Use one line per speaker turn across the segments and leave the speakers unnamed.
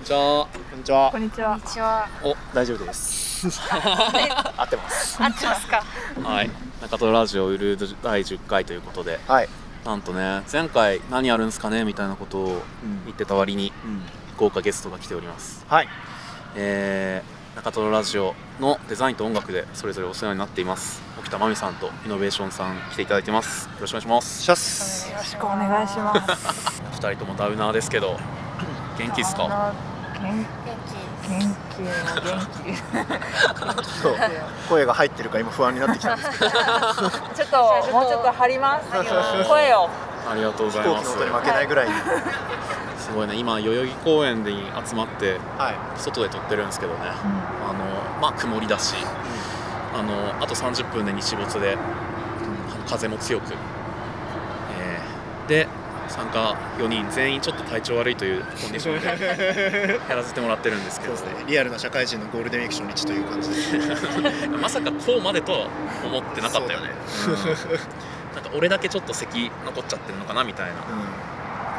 にちは。
こんにちは
こん。にちは。
ちは。
お、
大丈夫です。合ってます。
合ってますか。
はい。中トロラジオウルード第10回ということで、
はい。
なんとね、前回何やるんすかねみたいなことを
うん
言ってた割に、
うん。
豪華ゲストが来ております。
はい。
えー、中トロラジオのデザインと音楽でそれぞれお世話になっています。沖田真美さんとイノベーションさん来ていただいてます。よろしくお願いします。
シャッス。
よろしくお願いします。
二人ともダウナーですけ ど、元気っすか
あの元
元気。
元気元
そう。声が入ってるか今不安になってきたんですけど。
気。ちょっともうちょっと張ります。声を。
ありがとうござ
飛
い
行
ま
機
す
の。音に負けないぐらいに。
すごいね、今、代々木公園に集まって、
は
外で撮ってるんですけどね。
うん
あのまあ曇りだし、あのあと30分で日没で風も強く、えーで参加4人全員ちょっと体調悪いというコンディションでやらせてもらってるんです
い。
けど、
リアルな社会人のゴールデンウィーク初日という感じです。
まさかこうまでとは思ってなかったよね
そうだね
うんなんか俺だけちょっと咳残っちゃってるのかなみたいな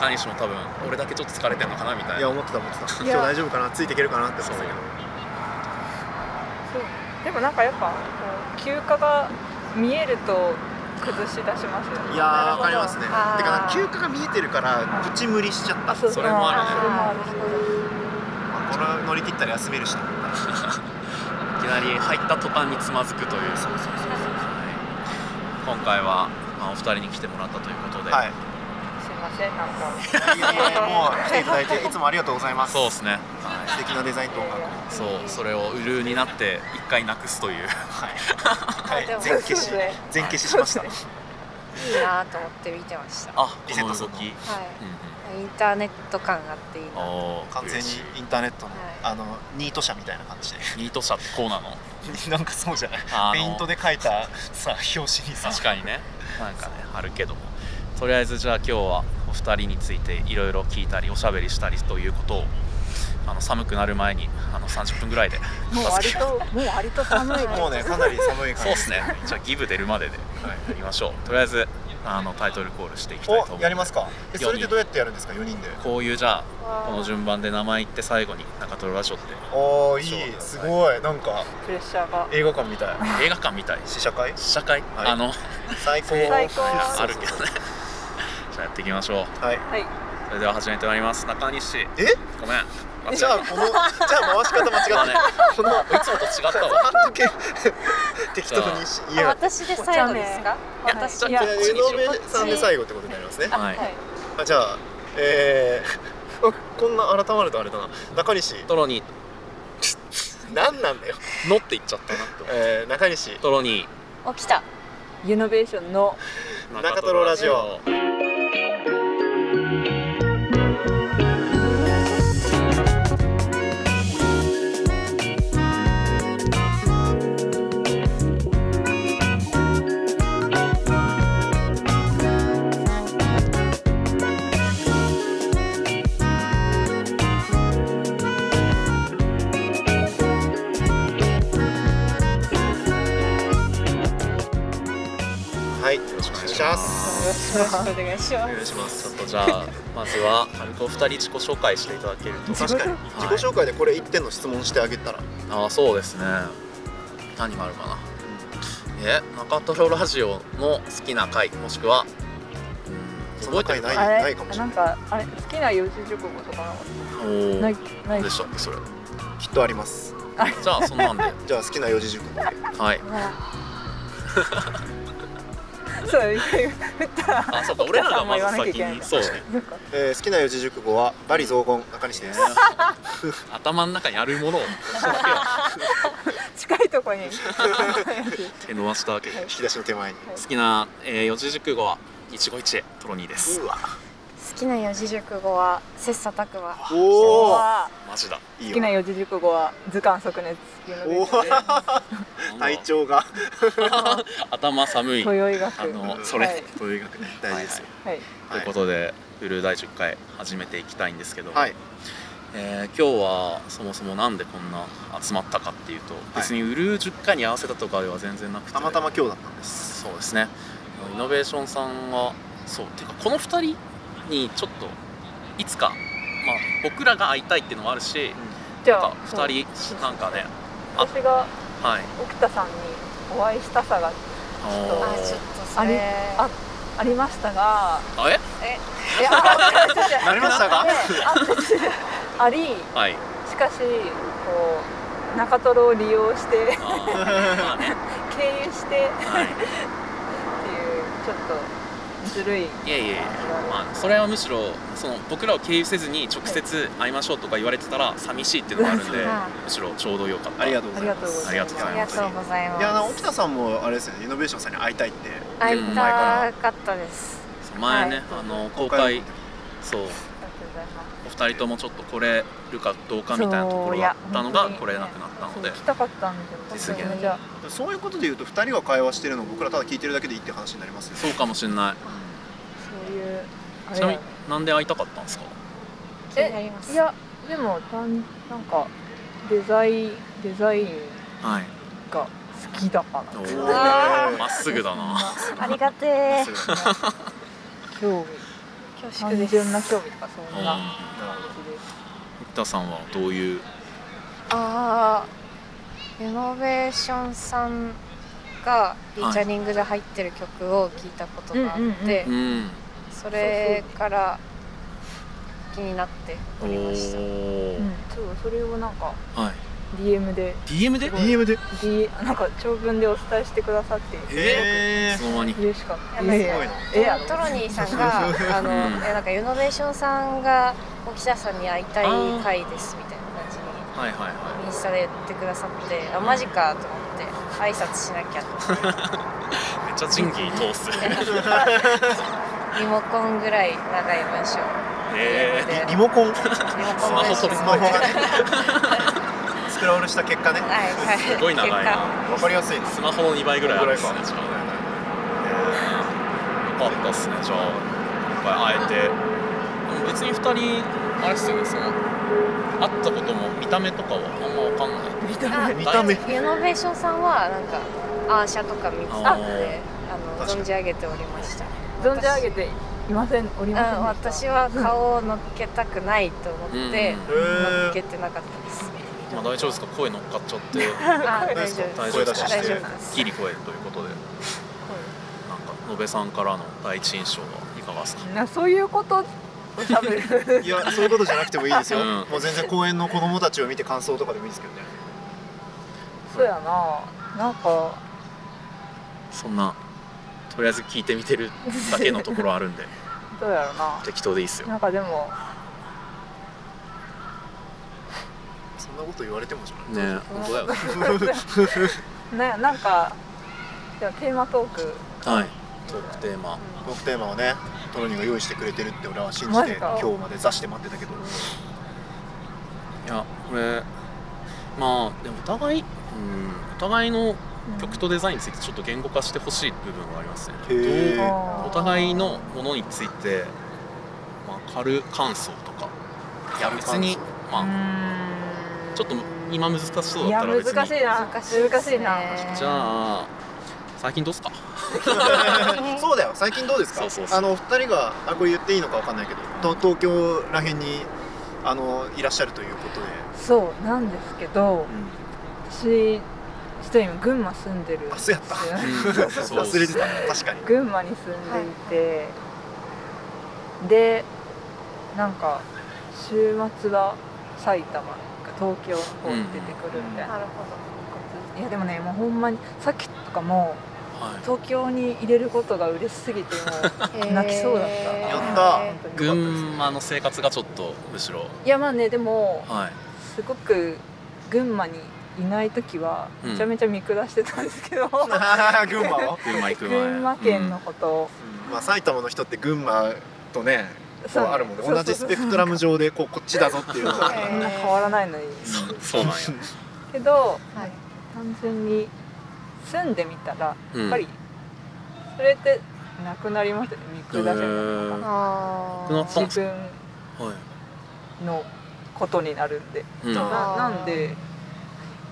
中西も多分俺だけちょっと疲れてるのかなみ
う
た
ん。
い
いや
な
思ってた思ってた。
い
今
や
日大丈夫かな。ついていけるかなって思ってたけど。
そうでもなんかやっぱこう休暇が見えると崩し出しますよね。
いやーわかりますね。て
あー
かなんか休暇が見えてるからプチ無理しちゃった。
あそう
それもあるね
あーそれもある
まあこれ乗り切ったら休めるしな。
いきなり入った途端につまずくという
そうそうそう
はい今回は、まあ、お二人に来てもらったということで、
はい。
すいませんなんか。
いやいやいやもう来ていただいていつもありがとうございます。
そうですね、はい
素敵なデザインと音楽を。
そうそれを売るになって一回なくすという
はい。は
で
い。
も
全消し
そうですね。
全消ししました。
いいなと思って見てました。は
あ
リセットする
この動き、うんうん、
い。インターネット感があっていいな。
あー
完全
嬉しい
にインターネットの、
はい
あのニート社みたいな感じ
ニート社ってこうなの
で なんかそうじゃない
あ
ペイントで書いたさ表紙にさ
確かに ねなんかねあるけどもとりあえずじゃあ今日はお二人についていろいろ聞いたりおしゃべりしたりということをあの寒くなる前にあの30分ぐらいで
もう割ともう割と寒い。
もうねかなり寒い
そう
感
で
じ
すねじゃあギブ出るまででやりましょうとりあえずあのタイトルコールしていきたいと思いま
お
す
やりますかえ
四人
それでどうやってやるんですか4人で
こういうじゃあ
わー
この順番で名前言って最後に中トロラジオって
おおいい
そうだ
すごいなんか
プレッシャーが。
映画館みたい
映画館みたい
試写会
試写会、
はい
あの
最高
最高
ああるけどね じゃあやっていきましょう
はい
はい。
それでは始めてまいります中西
え
ごめん間違え
じゃあ
た
このじゃあ回し方間違って
だね
たこの
いつもと違ったわ
半 時計適当にしい
あ
や
私で最後ですか。
お茶目
私
い
じゃ
や
あ
こっち
江
にしよう
上さんで最後ってことになります ね
はい
はい。
あじゃあえー、あ こんな改まるとあれだな中西
トロニ
何なんだよ、
ーのって言っちゃったなって
えー、中西
トロニ
起きた。
ユノベーションの
ー
中トロラジオはいよろしくお願いします
お願いしま
お願いします
ちょっとじゃあまずは軽くお二人自己紹介していただけると
確かに
はい
自己紹介でこれ1点の質問してあげたら、
ああそうですね何があるかなえ中トロラジオの好きな回もしくはうん
その回
る
ない
あれ
ないかもしれ
な
ない
んかあれ好きな四字熟語とか
お
な
ー
ないない
何でしたっけそれ
きっとあります
じゃあそんなんで
じゃあ好きな四字熟語で
はい
そう振ったら
あそうか俺らがまず
お母さんも言わなきゃ
先
いけない
に
んだ
そう
えー、好きな四字熟語はバリ雑言中西です
頭の中にあるも のを
近いとこ に
手伸ばしたわけで
引き出しの手前に
好きな、えー、四字熟語は一期一会トロニー です
うわ
好きな四字熟語は切磋琢磨。
おお
は
マジだ
いい
好
よ
きな四字熟語は図鑑即熱ユノベ
お
ーションで
お体調が
頭寒いあ
豊井学
のそれ、
はい
という学ね大事ですよ
はい
ということでブルー第10回始めていきたいんですけど、
はい
えー今日はそもそもなんでこんな集まったかっていうと、別にウルー10回に合わせたとかでは全然なくて
たまたま今日だったんです
そうですねイノベーションさんはそうてかこの2人にちょっといつかまあ、僕らが会いたいっていうのもあるし、
じ
な
ゃ
ん
あ
か2人なんかね、
私が
はい
沖田さんにお会いしたさが
あ
そう
あちょっとそれ
あありましたが
のーえ
え
いや
なりましたか
ねああり
はい
しかしこう中トロを利用して
あーまあね
経由して
はい
っていうちょっとずるい
いやいやいや、まあ、それはむしろその僕らを経由せずに直接会いましょうとか言われてたら寂しいっていうのがあるんで
は
むしろちょうどよかった
ありがとうご
あ
ざい
りが
ま
とうご
す
ざいます
ありがとうござ
あ
います
りがとうございます
いやあの沖田さんもあれですよねイノベーションさんに会いたいって
会いたかったです
前ね、
はい
あの公開
の時
そう
ありがとうございます
お二人ともちょっとこれるかどうかみたいなところがあったのが来れなくなったので
そう行きたかったんですよ
実現
じゃ
そういうことでいうと2人が会話してるのを僕らただ聞いてるだけでいいって話になりますよ
そうかもしれな
あそういうあ
い
れ
ちなみになんで会いたかったんですか
気になります
いやでも単なんかデザインデザイン
はい
が好きだから
お
そん
ー
わ
まっすぐだな
ありがてえ
そう
な興
恐
味
縮
単
です
純な興味とかそんな
うん
なるほど
感じです
生田さんはどういう
ああレノベーションさんがフィーチャリングで入ってる曲を聞いたことがあ
うん
っ
うん
て
う、ん
それから気になっておりました
おー
うんそうそれをなんか
はい
DM で
DM で
DM で
D なんか長文でお伝えしてくださって
い
え
つの間に
嬉しかった
いや
すごい
え
な
えやろ
トロニーさんがあの
うん
いやなんかイノベーションさんが沖田さんに会いたい回ですみたいな感じに
はいはいは
インスタで言ってくださってあマジかと思って挨拶しなきゃと思って
いめっちゃ仁義に通す
リモコンぐらい長い文章
えー
リリモコン
リモ
ス
コン
マ
文
ホ
章
とスマ
は
ホ
い
がね
スクロールした結果ね
はい
すごい長い
結果
な
わかりやすいです
スマホの2倍ぐらいあるんですねじゃあ
え
よかったっすねじゃあ今回会えてでも別に2人あれっすよねその会ったことも見た目とかはあんま分かんない
みたい
あ
な
ー見た目
イノベーションさんはなんかアーシャとか見てたのであの
確かに
存じ上げておりました
存じ上げていませんおり
うん
ませんでした
私は顔を乗っけたくないと思って
うん
乗っけてなかったです
まあ大丈夫ですか声乗っかっちゃって
あ大丈夫です
大丈夫
声
で
出
す
し
か
して
大丈夫です
ギリ声ということでなんか野辺さんからの第一印象はいかがですか
なそういうことを喋る
い やそういうことじゃなくてもいいですよ、
うん
もう全然公園の子供たちを見て感想とかでもいいですけどね
そうやななんか
そんなとりあえず聞いてみてるだけのところあるんで
どうやろな
適当でいいっすよ
なんかでも
そんなこと言われてもじゃ
ねえ本当だよね
ない
ねなんかでもテーマトーク
はいトークテーマ
僕テーマをねトロニーが用意してくれてるって俺は信じ
マ
て
ジ
今
か
日まで座して待ってたけど
いやこれまあでもお互いうんお互いの曲とデザインについてちょっと言語化してほしい部分はありますね
へえ
お互いのものについて、まあ、軽感想とかいや別にまあちょっと今難しそう
い
だっ
や
たら別に
難しいな
難しいですね
難しいな
じゃあ最近どうっすか
そうだよ最近どうですか
そうそうそう
あのお二人があこれ言っていいのかわかんないけどと東京らへんにあのいらっしゃるということで、
そうなんですけど私実は今群馬住んでるん
あ
です
そう
よ
やった
うんそう
忘れてた 確かに
群馬に住んでいて、でなんか週末は埼玉か東京の方に出てくるみたいな、
なるほ
いやでもねもうほんまにさっきとかも
はい
東京に入れることが嬉しすぎてもう
ど
泣きそうだった
へー
や
本当に良
った
かったです
群馬の生活がちょっとむしろ
いやまあねでも
はい
すごく群馬にいない時は
うん
めちゃめちゃ見下してたんですけど、
あー群馬を、
群馬行く前
群馬県のことを、
まあ、埼玉の人って群馬とねこうあるもんね
そう
同じスペクトラム上でこうこっちだぞっていうのが、
そんな変わらないの に
うんそうなんや
けど
はい
単純に住んでみたら
うん
やっぱりそれってなくなりましたね見下せるの
へ
が
あ
なったん
ー
です
自分
はい
のことになるんで
うん
あー
ななんで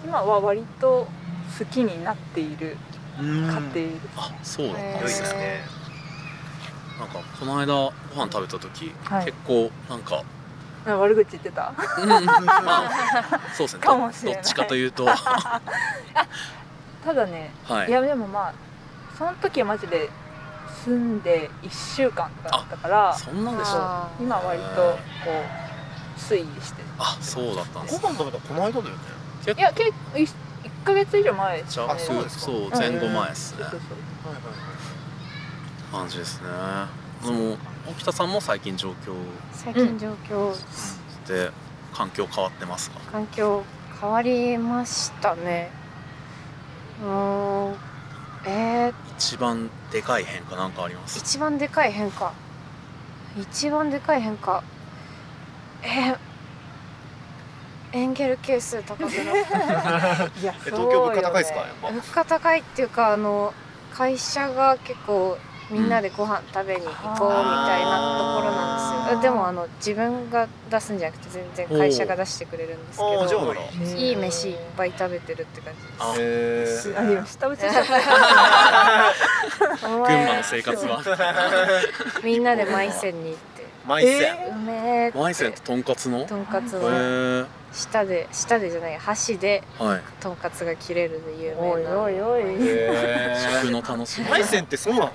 今は割と好きになっている
うん
家庭です、
あそうだったん
良い
で
です
ね
すね
なんかこの間ご飯食べた時、
はい
結構なんか
なんか悪口言ってた
そうですね
かもしれな
ど
い
っちかという とは
ただね
い
いやでもまあその時はマジで住んで1週間とかだったから
そんなんでし
そう
た
あー
今割とこう推移してる
あそうだったんです
ご飯食べたのこの間だよね
いや結構1ヶ月以上前です
じゃ
あそうですか
そう前後前ですね
そうそうそう
はいはいは
感じですねでも沖田さんも最近状況
最近状況、
で環境変わってますか
環境変わりましたねうーんえー、
一番でかい変化なんかあります
一番でかい変化一番でかい変化えー、エンゲル係数高くなった
いや
え東京
そ
物
うよね
価高いですか やっぱ
物価高いっていうかあの会社が結構みんなでご飯食べに行こうみたいなところなんです
あー
よでもあの自分が出すんじゃなくて全然会社が出してくれるんです
あー
け
じゃ
ど
あ
ね
いい飯いっぱい食べてるって感じです
あ
へー
あでも下打ちしちゃった
お
群
前
馬の生活は
みんなでマイセンに行って
毎戦、
え
うめえって
マイセンととんかつのへ
とんかつ
え
は
ー、
舌で舌でじゃない箸で
はい
とんかつが切れるで有名な
おいおいおい
食の楽しみ
マイセンってそうなの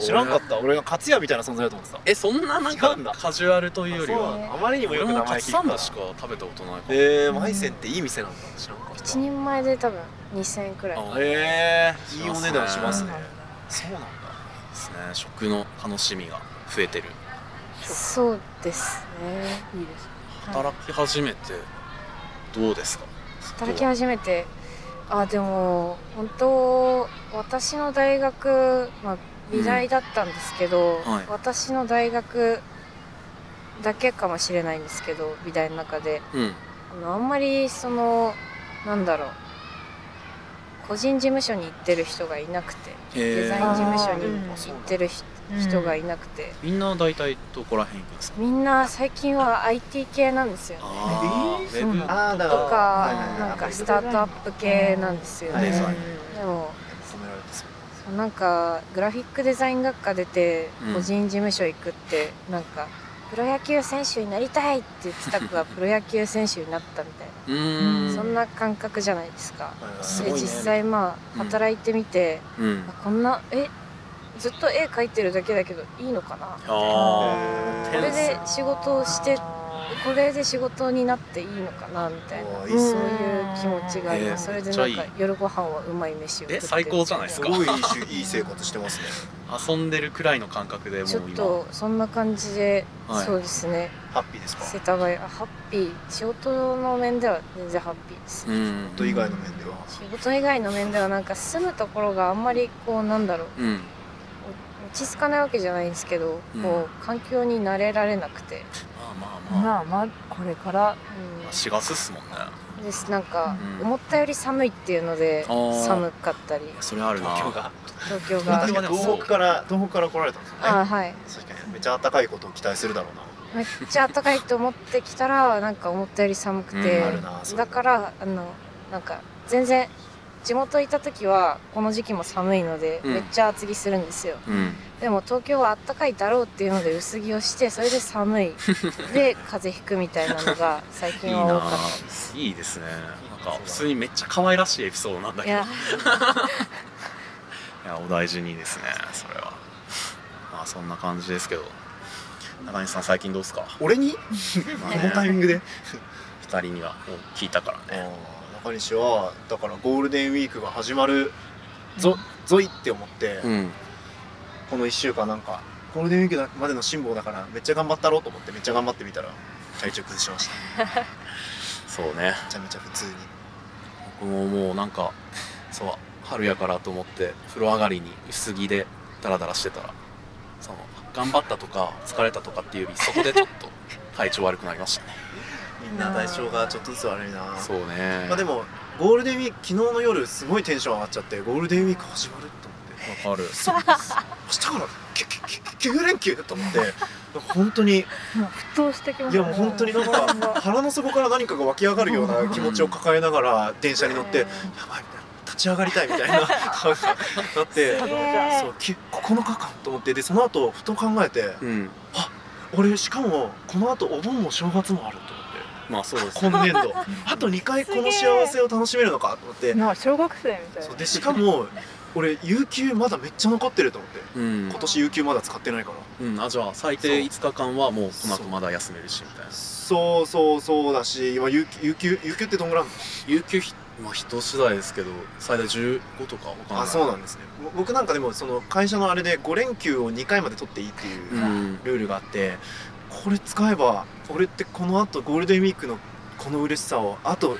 知らんかった俺が勝也みたいな存在だと思ってた
えそんななん
違うんだ
かカジュアルというより
あそうな
は
のあまりにも
俺
よく
も
名
カ
前
ツ
聞
サ
い
ン
た
ドしか食べたことないから
えー、マイセンっていい店なんだ知らんかっ
1人前で多分2000円くらい
あ
えー、いい
し
お
ますね
値段しますね
そうなんだ
そうなんだ
ですね食の楽しみが増えてる
そうですね
いいです
働き始めてどうですか
働き始めてあでも本当私の大学、まあ、美大だったんですけど、
うんはい
私の大学だけかもしれないんですけど美大の中で
うん
あのあんまりそのなんだろう個人事務所に行ってる人がいなくてデ
え
ザイン事
ー、
務所に
うん
行ってる人人がいなくて、
みんな大体どこら辺行くんですか
みんな最近は IT 系なんですよね
あ
え
ー
ー
ウェブ
そう
ああだ
と
からはいはい
か
はい
なんかスタートアップ系なんですよ
デ
ね
ザイン
でも
褒められてそう
そうなんかグラフィックデザイン学科出て
うん
個人事務所行くって、なんかプロ野球選手になりたいって言ってた 子がプロ野球選手になったみたいな、
うーん
そんな感覚じゃないですか。
はいはい
すご
で
いね
実際まあ
うん
働いてみて、
うん
あこんなえずっと絵描いてるだけだけどいいのかな
あ
え
こ
ー
れで仕事をしてこれで仕事になっていいのかなみたいな
おーいいっ
そう
す
いう
ね
気持ちがあります、
えー
それでなん
めっちゃい
か
い
夜ご飯はうまい飯を食って
え最高じゃないです
す
か
ごいいいしいい生活してますね
ー遊んでるくらいの感覚でもう
ちょっ
今
とそんな感じで、
はい
そうですね
ハッピーですか
世田谷あハッピー仕事の面では全然ハッピーです、
うん
と以外の面では
仕事以外の面ではなんか住むところがあんまりこうなんだろう
うん
落ち着かないわけじゃないんですけど、
うん
こう環境に慣れられなくて、
まあまあまあ
まあまあこれから
まあ
う
4月っすもんね
ん、ですなんか、
うん
思ったより寒いっていうので
あー
寒かったり
それあるな
東京が
東 京が
東京はね
東北から東北から来られたんですよね
あーはい
確かにめっちゃ暖かいことを期待するだろうな
めっちゃ暖かいと思ってきたらなんか思ったより寒くて、
うんあ
るなそれ
だからあのなんか全然地元いた時はこの時期も寒いので、
うん
めっちゃ厚着するんですよ
うん
でも東京は暖かいだろうっていうので薄着をしてそれで 寒いで風邪ひくみたいなのが最
いい
近は多
な
かったです
ぁいいですねなんか普通にめっちゃ可愛らしいエピソードなんだ
い
けどい
や
やお大事にですねそれはまあそんな感じですけど中西さん最近どうですか
俺に
まあ
こ
ね
のタイミングで
二人にはもう聞いたからね
中西はだからゴールデンウィークが始まるぞぞいって思って、
うん
この1週間なんかゴールデンウィークまでの辛抱だからめっちゃ頑張ったろうと思ってめっちゃ頑張ってみたら体調崩しました
そうね
めちゃめちゃ普通に
僕ももうなんかそう春やからと思って風呂上がりに薄着でダラダラしてたらその頑張ったとか疲れたとかっていうよりそこでちょっ と体調悪くなりましたね
みんな体調がちょっとずつ悪いな
そうね
まあでもゴールデンウィーク昨日の夜すごいテンション上がっちゃってゴールデンウィーク始まると思って
わかる
明日からきききき9連休と思って本当に
もう沸騰してきま
い
す
や
ね
もう本当になん
ほんま
か腹の底から何かが湧き上がるような気持ちを抱えながら電車に乗ってやばいみたいな立ち上がりたいみたいななんかなって
すげえ
そうき9日間と思ってでその後ふと考えて
うん
俺しかもこのあとお盆も正月もあると思って
まあそうですね
今年度あと2回この幸せを楽しめるのかと思って
なんか小学生みたい
そう
な
でしかも俺有給まだめっちゃ残ってると思って
うん
今年有給まだ使ってないから
うん、あじゃあ最低5日間はもうこの後まだ休めるしみたいな
そうそうそうだし今有給有給有給ってどんぐらいある
有給ひ、まあ、人次第ですけど最大15とかわかん
の
ない
あそうなんですねぼ僕なんかでもその会社のあれで5連休を2回まで取っていいっていう
うん
ルールがあってこれ使えば俺ってこのあとゴールデンウィークのこの嬉しさをあと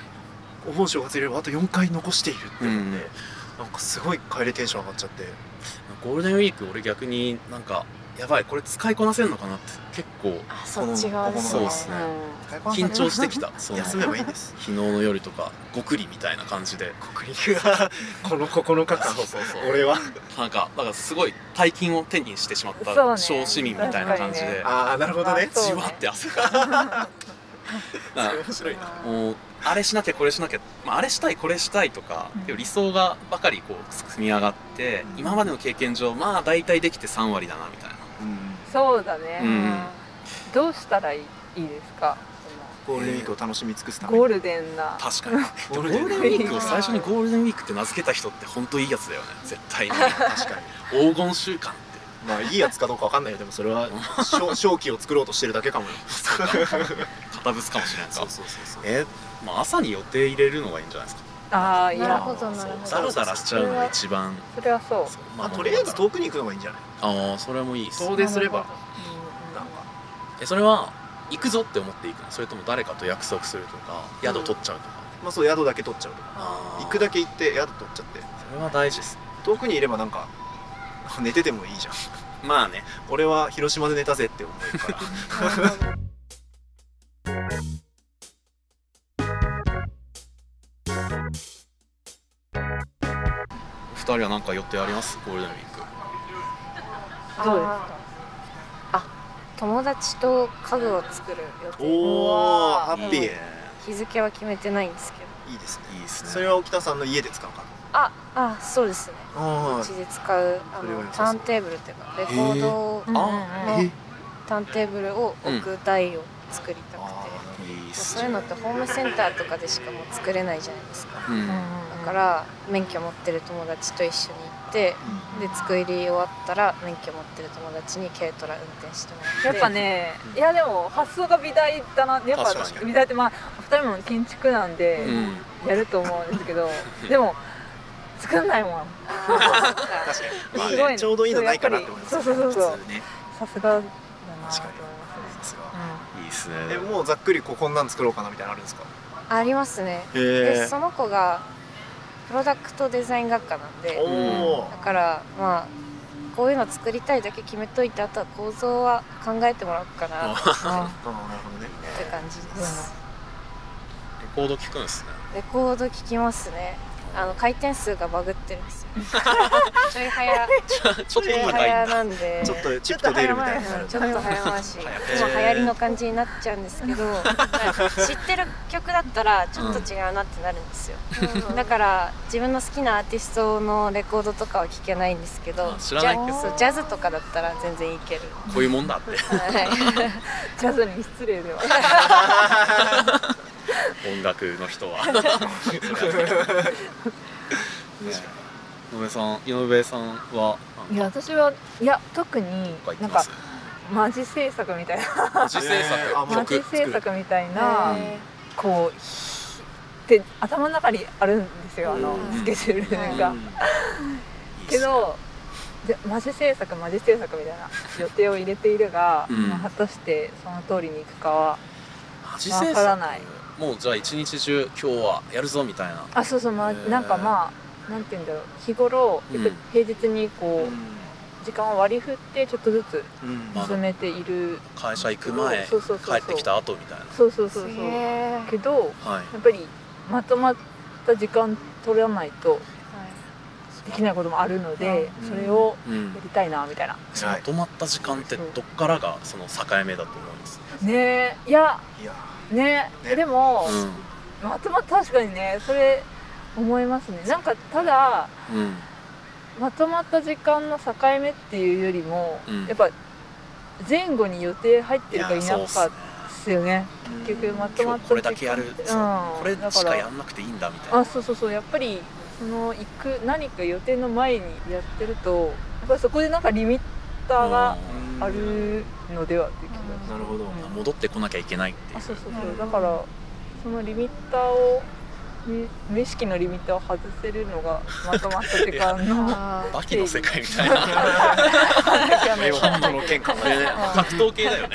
お盆正月入れればあと4回残しているって思って、
うん
なんかすごい帰りテンション上がっちゃって
ゴールデンウィーク俺逆になんかやばいこれ使いこなせるのかなって結構
あそっち側で
この
す
そう
ね
っすね
う
緊張してきたその
休
昨
めばいいんです
日の夜とかごくりみたいな感じで
国立が この9日間
そうそうそう
俺は
なんかだからすごい大金を手にしてしまった
そうね
小市民みたいな感じで、
確
ああなるほどね
そうね
じわって汗がなんか
面白いな
もうあれしなきゃこれしなきゃ、まあ、あれしたいこれしたいとか、
うん
でも理想がばかりこう組み上がって、
うん
今までの経験上まあ大体できて3割だなみたいな
んそうだね、
うん
どうしたらいいですか
ゴールデンウィークを楽しみ尽くす
そ
た
の
めに
ゴールデンな
確かに
ゴー
ゴ
ルデン
ール
ウ
デンウ
ィー
ィークを最初にゴールデンウィークって名付けた人って本当いいやつだよね絶対に
ク確かに
黄金週間って
まあいいやつかどうかわかんないよでもそれ は正正気を作ろうとしてるだけかもよ
堅物かもしれないか
そうそうそうそう
えまあ朝に予定入れるのがいいんじゃないですか
ああい
なる
や
ほどなるほど
そうダラダラしちゃうのが一番
それはそう
そう
まあとりあえず遠くに行くのがいいんじゃない
ああそれもいいです
遠出すれば
うん
なんか
えそれは行くぞって思って行くのそれとも誰かと約束するとか宿取っちゃうとか、
まあそう宿だけ取っちゃうとか
あー
行くだけ行って宿取っちゃって
それは大事です
遠くにいればなんか寝ててもいいじゃん
まあね
俺は広島で寝たぜって思えるから
2人は何か予定ありますゴールデンウィーク
あー
どうですか
友達と家具を作る予定
おお
わ
ハ
ー
ッピー
日付は決めてないんですけど
いいですね
いいですね
それは沖田さんの家で使うか
ああそうですね
あ
うちで使うあ
それは
の
良
タ
さ
ー
そう
ンテーブルっていうかレコードを
うんうんうん
え
ターンテーブルを置く台を作りたくて、
あ
いいっ
そういうのってホームセンターとかでしかもう作れないじゃないですか
うん、うん
だから免許持ってる友達と一緒に行ってで作り終わったら免許持ってる友達に軽トラ運転してもらって
やっぱね
うん
いやでも発想が美大だなやっ
確か
ぱ
に
美大ってまあお二人も建築なんでやると思うんですけどでも作んないもん
確かに、
まあね
すごいね
ちょうどいいのないかなって思います
そうそうそうそう
普通ね
さすがだなと思います
確か
ね
にさすが
いいっすね
えもうざっくりこうこんなん作ろうかなみたいなのあるんですか
ありますねで
へ
その子がプロダクトデザイン学科なんで
おお
だからまあこういうの作りたいだけ決めといてあとは構造は考えてもらおうかなっ
あ
あーなるほどね
て感じです
レコード聞くんですね
レコード聴きますねあの回転数がバグってるんです よちょい早
ちょっと
ちょい
高い
早
んだ
なんで
ちょっとチップと出るみたいな
うんちょっと早回し今
へー
流行りの感じになっちゃうんですけど知ってる曲だったらちょっと違うなってなるんですよ、
うん
だから自分の好きなアーティストのレコードとかは聴けないんですけど
あ知らない
ジャそうジャズとかだったら全然いける、
こういうもんだって
はい、
ジャズに失礼では
音楽の人 は井上さん井上さんはなん
い
か
や私はいや特に
言って
な
ま
んか
す
マジ制作みたいな
自制
えーあ
作
マ
マ
曲
ジ制作みたいな
へ
こうひって頭の中にあるんですよあの
うん
スケジュールが。
うんいいっすね
けどでマジ制作マジ制作みたいな予定を入れているが、
うん
まあ果たしてその通りにいくかは
マジ制
わ
作
からない
もうじゃあ一日中今日はやるぞみたいな
あそうそう、まあ
へー
なんかまあなんて言うんだろう日頃、
うん
やっぱ平日にこう時間を割り振ってちょっとずつ
うん
まあ
進めている、
会社行く前
そうそうそうそう
帰ってきた後みたい
そうそうそうそう
え
けど
なはい
やっぱりまとまった時間取らないとできないこともあるので、
うん
それを
うん
やりたいなみたいな、
そのまとまった時間ってどっからがその境目だと思います
ねえいや
いや
ね
ね
でも、
う
まとま確かにねそれ思いますねなんかただ
んうん
まとまった時間の境目っていうよりも、
うん
やっぱ前後に予定入ってるかい
い
なか
や
った
そうっ
ですよね結局まと
今
まっ
日
た
これだけやる、
結
そう
果う
こ
ん
れ
だ
し
か
からやんなくていいんだみたいな
あそうそうそうやっぱりその行く何か予定の前にやってるとやっぱりそこでなんかリミッターが
うん
あるのではっていう気が
な
うん
るほど、
うん
戻ってこなきゃいけないってい
あそうそう
う
そ
ん
うだからそのリミッターをみ無意識のリミッターを外せるのがまとまった時間の
あ
うバキの世界みたいな
でも本当の喧嘩もね
格闘系だよね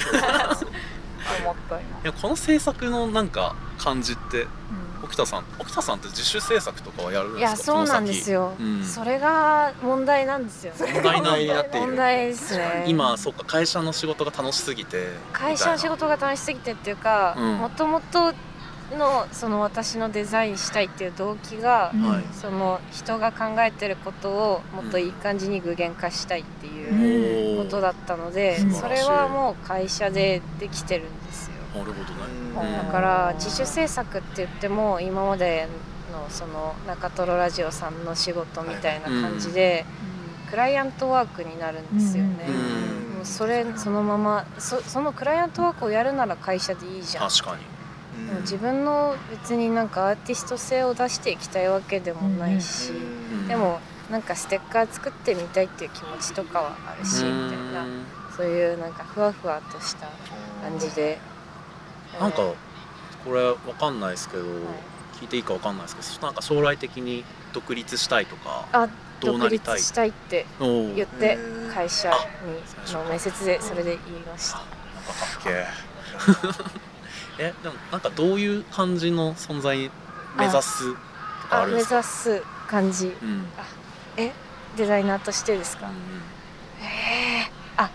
思った今
いやこの制作のなんか感じって沖田さん沖田さんって自主制作とかはやるんで
ー
すか
いやそうなんです
よ
よ、
うん
それが問題なんですよね
問題なん
になってい
問
る
題ですね
今そっか会社の仕事が楽しすぎて
会社の仕
み
事が楽しすぎてっていうか
うん
もともとのその私のデザインしたいっていう動機が、
んはい
その人が考えてることをもっといい感じに具現化したいって
た
いう
いな
ことだったので、
うん
それはもう会社でできてるんですよ
おーなるほどね
うん
だから自主制作って言っても今までのその中トロラジオさんの仕事みたいな感じで、クライアントワークになるんですよね、
うん
もうそれそのままそそのクライアントワークをやるなら会社でいいじゃん
確かに
でも自分の別になんかアーティスト性を出していきたいわけでもないし、
うん
でもなんかステッカー作ってみたいっていう気持ちとかはあるしみたいな
うん
そういうなんかふわふわとした感じで
なんか
うん
これわかんないですけど、聞いていいかわかんないですけどなんか将来的に独立したいとか
あ
どうな
独
りたい
立したいって
おー
言って会社
うん
にの面接でそれで言いました
なんかかっけええでもなんかどういう感じの存在に目指すとかあ
あ
るん
目
ですか
指す感じ
うんうん
デザイナーとしてですかええあ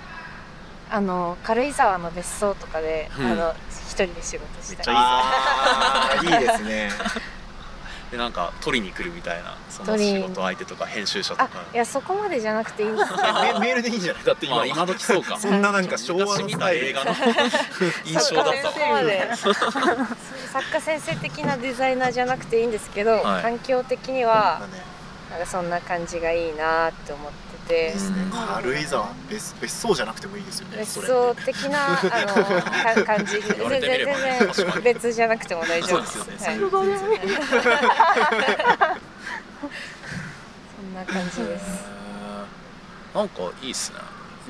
あの軽井沢の別荘とかで、
うん
あの一人で仕事
めっち
し
ゃ
た
い
り
い
あーいいですね
でなんか取りに来るみたいなその
取り
仕
に
事相手とか編集者と
あ
か
いやそこまでじゃなくていいんですけど
メメールでいいんじゃないだって
まあ
今
今時そうか
そんななんか昭和
昔
の
見
ス
た
タイル
映画の印象
作
だっ
家先
たわ
生まで作家先生的なデザイナーじゃなくていいんですけど、
はい
環境的に
だ
は
ね
なんかそんな感じがいいなって思ってて
う。ん
軽井沢別別荘じゃなくてもいいですよね
別
それ
荘的なあのか感じ
言われ
全然
てみればね
全然別じゃなくても大丈夫です
そうです
はい、
よね
そんな感じです
なんかいいっすね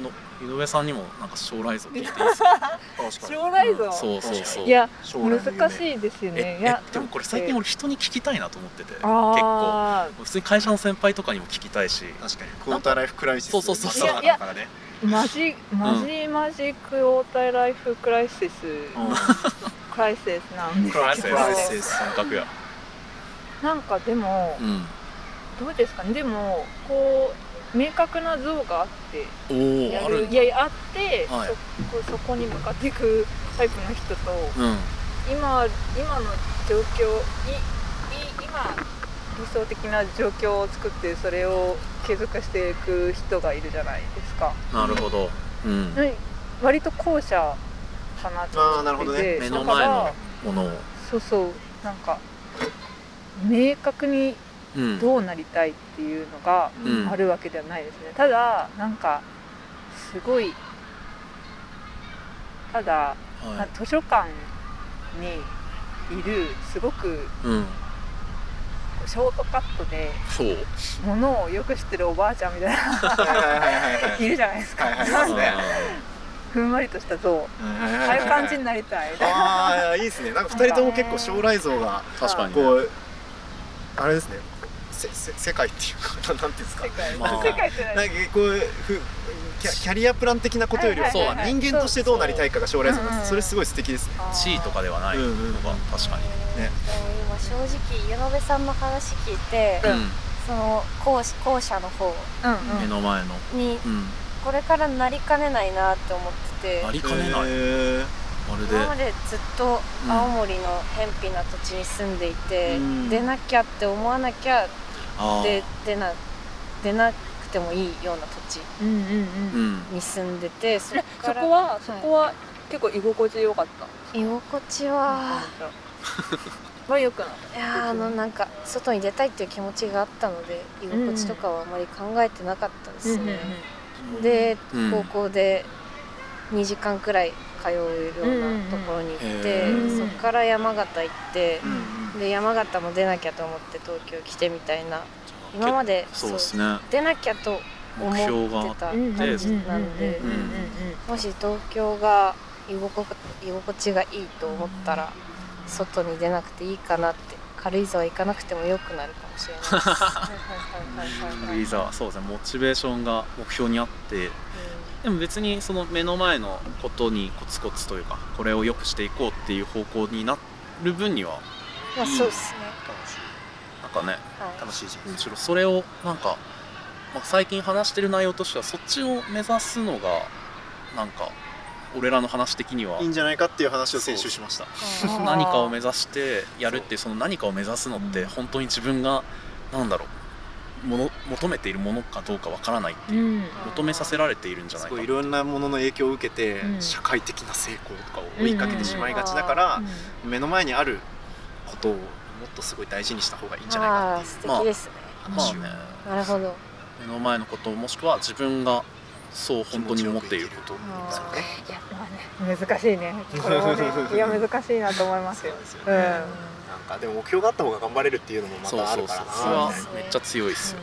の井上さんにもなんか将来像聞いていいですか
確か
将来
うん
像
そうそうそう
いや
将来の夢
難しいですよ
え
ねい
え
や
でもこれ最近俺人に聞きたいなと思ってて結構
あ
普通に会社の先輩とかにも聞きたいし
に確かにクォーターライフクライシス
そうそうそう
そう
まさかだからね
あマジマジマジクォーターライフクライシスクライシスなんです
クライシス
クライシス
三角や
なんかでも
うん
どうですかねでもこう明確な像があって
お
や
おあ
る
る
いやいやあって、
はい
そこそこに向かっていくタイプの人と
うん
今今の状況いい今理想的な状況を作ってそれを継続していく人がいるじゃないですか。
なるほどうん
うん割と後者かなと
あーなるほ
思
ど
ってて
ね
目
だ
の
か
前の
ら
ものを
そうそうなんか明確に
うん
どうなりたいっていうのが
うん
あるわけではないですね、ただなんかすごいただ、
はい
図書館にいるすごく
うん
ショートカットで
そう
ものをよく知ってるおばあちゃんみたいな
はいはいはいはいはい
いるじゃないですか、
はいはいそうですね
ふんわりとした像ああいう感じになりたい
ああいいですねなんか二人とも結構将来像が
確かにね
こうあれですねせせ世界っていうかなんていうんですか
世界、
まあ
世界ってない
なんかこうふキャキャリアプラン的なことよりは
はい
はいはいはい
人間としてどうなりたいかが将来像
そうそう
ですそれすごい素敵ですね
地位とかではないのが確かに
ね
でも今正直矢部さんの話聞いて、
うん
その後者後者の方
うんうん
目の前の
に
うん
これからなりかねないなって思ってて
なりかねない
へー
まるで
今までずっと青森の偏僻な土地に住んでいて、
うん
出なきゃって思わなきゃ
あ
で
ー
出な出なくてもいいような土地
うんうんう
うんん
に住んでてそ
え
れ
そ
から
こはそこは結構居心地良かった
居心地は
まあ良くなっ
いやーあのなんか外に出たいっていう気持ちがあったので居心地とかはあまり考えてなかったで
た
すね、で
うん
高校で2時間くらい通うようなところに行って、
うん
うんうんへー
そこから山形行って
う、ん
で山形も出なきゃと思って東京来てみたいな今ま
で
で
そう
そう
ですね
出なきゃと思
目標があ
っ
って
た
うんうん
感じなんで
うんうんうんうん
もし東京が居心居心地がいいと思ったら外に出なくていいかなって軽井沢行かなくても良くなるかもしれないですはいはいはいはいはい
軽井沢そうですねモチベーションが目標にあってでも別にその目の前のことにコツコツというかこれを良くしていこうっていう方向になる分には
まあそうですね、
なんかね
はい
楽しいじゃん
むしろそれをなんか、まあ、最近話してる内容としてはそっちを目指すのがなんか俺らの話的にはい
いんじゃないかっていう話を先週しました
あー
何かを目指してやるっていうその何かを目指すのって本当に自分がなんだろうもの求めているものかどうかわからない
うん
求めさせられているんじゃな
す
いか
ごいいろんなものの影響を受けて、
うん
社会的な成功とかを追いかけてしまいがちだから、目の前にあることをもっとすごい大事にした方がいいんじゃない
あ
か
あ
ってい
素
まあ
敵ですね、
まあ
話を
ね
なるほど
目の前のこともしくは自分がそう
う
本当に思っている
気持ちよく
あー
生きていること
いやまあね
難しいねこれもねいや難しいなと思いますよ
ですよ
う
ね
ん
なんかでも目標があった方が頑張れるっていうのもま
そう
たあ
そ
る
うそ
か
う
らな
それは
みたいな
めっちゃ強いですよ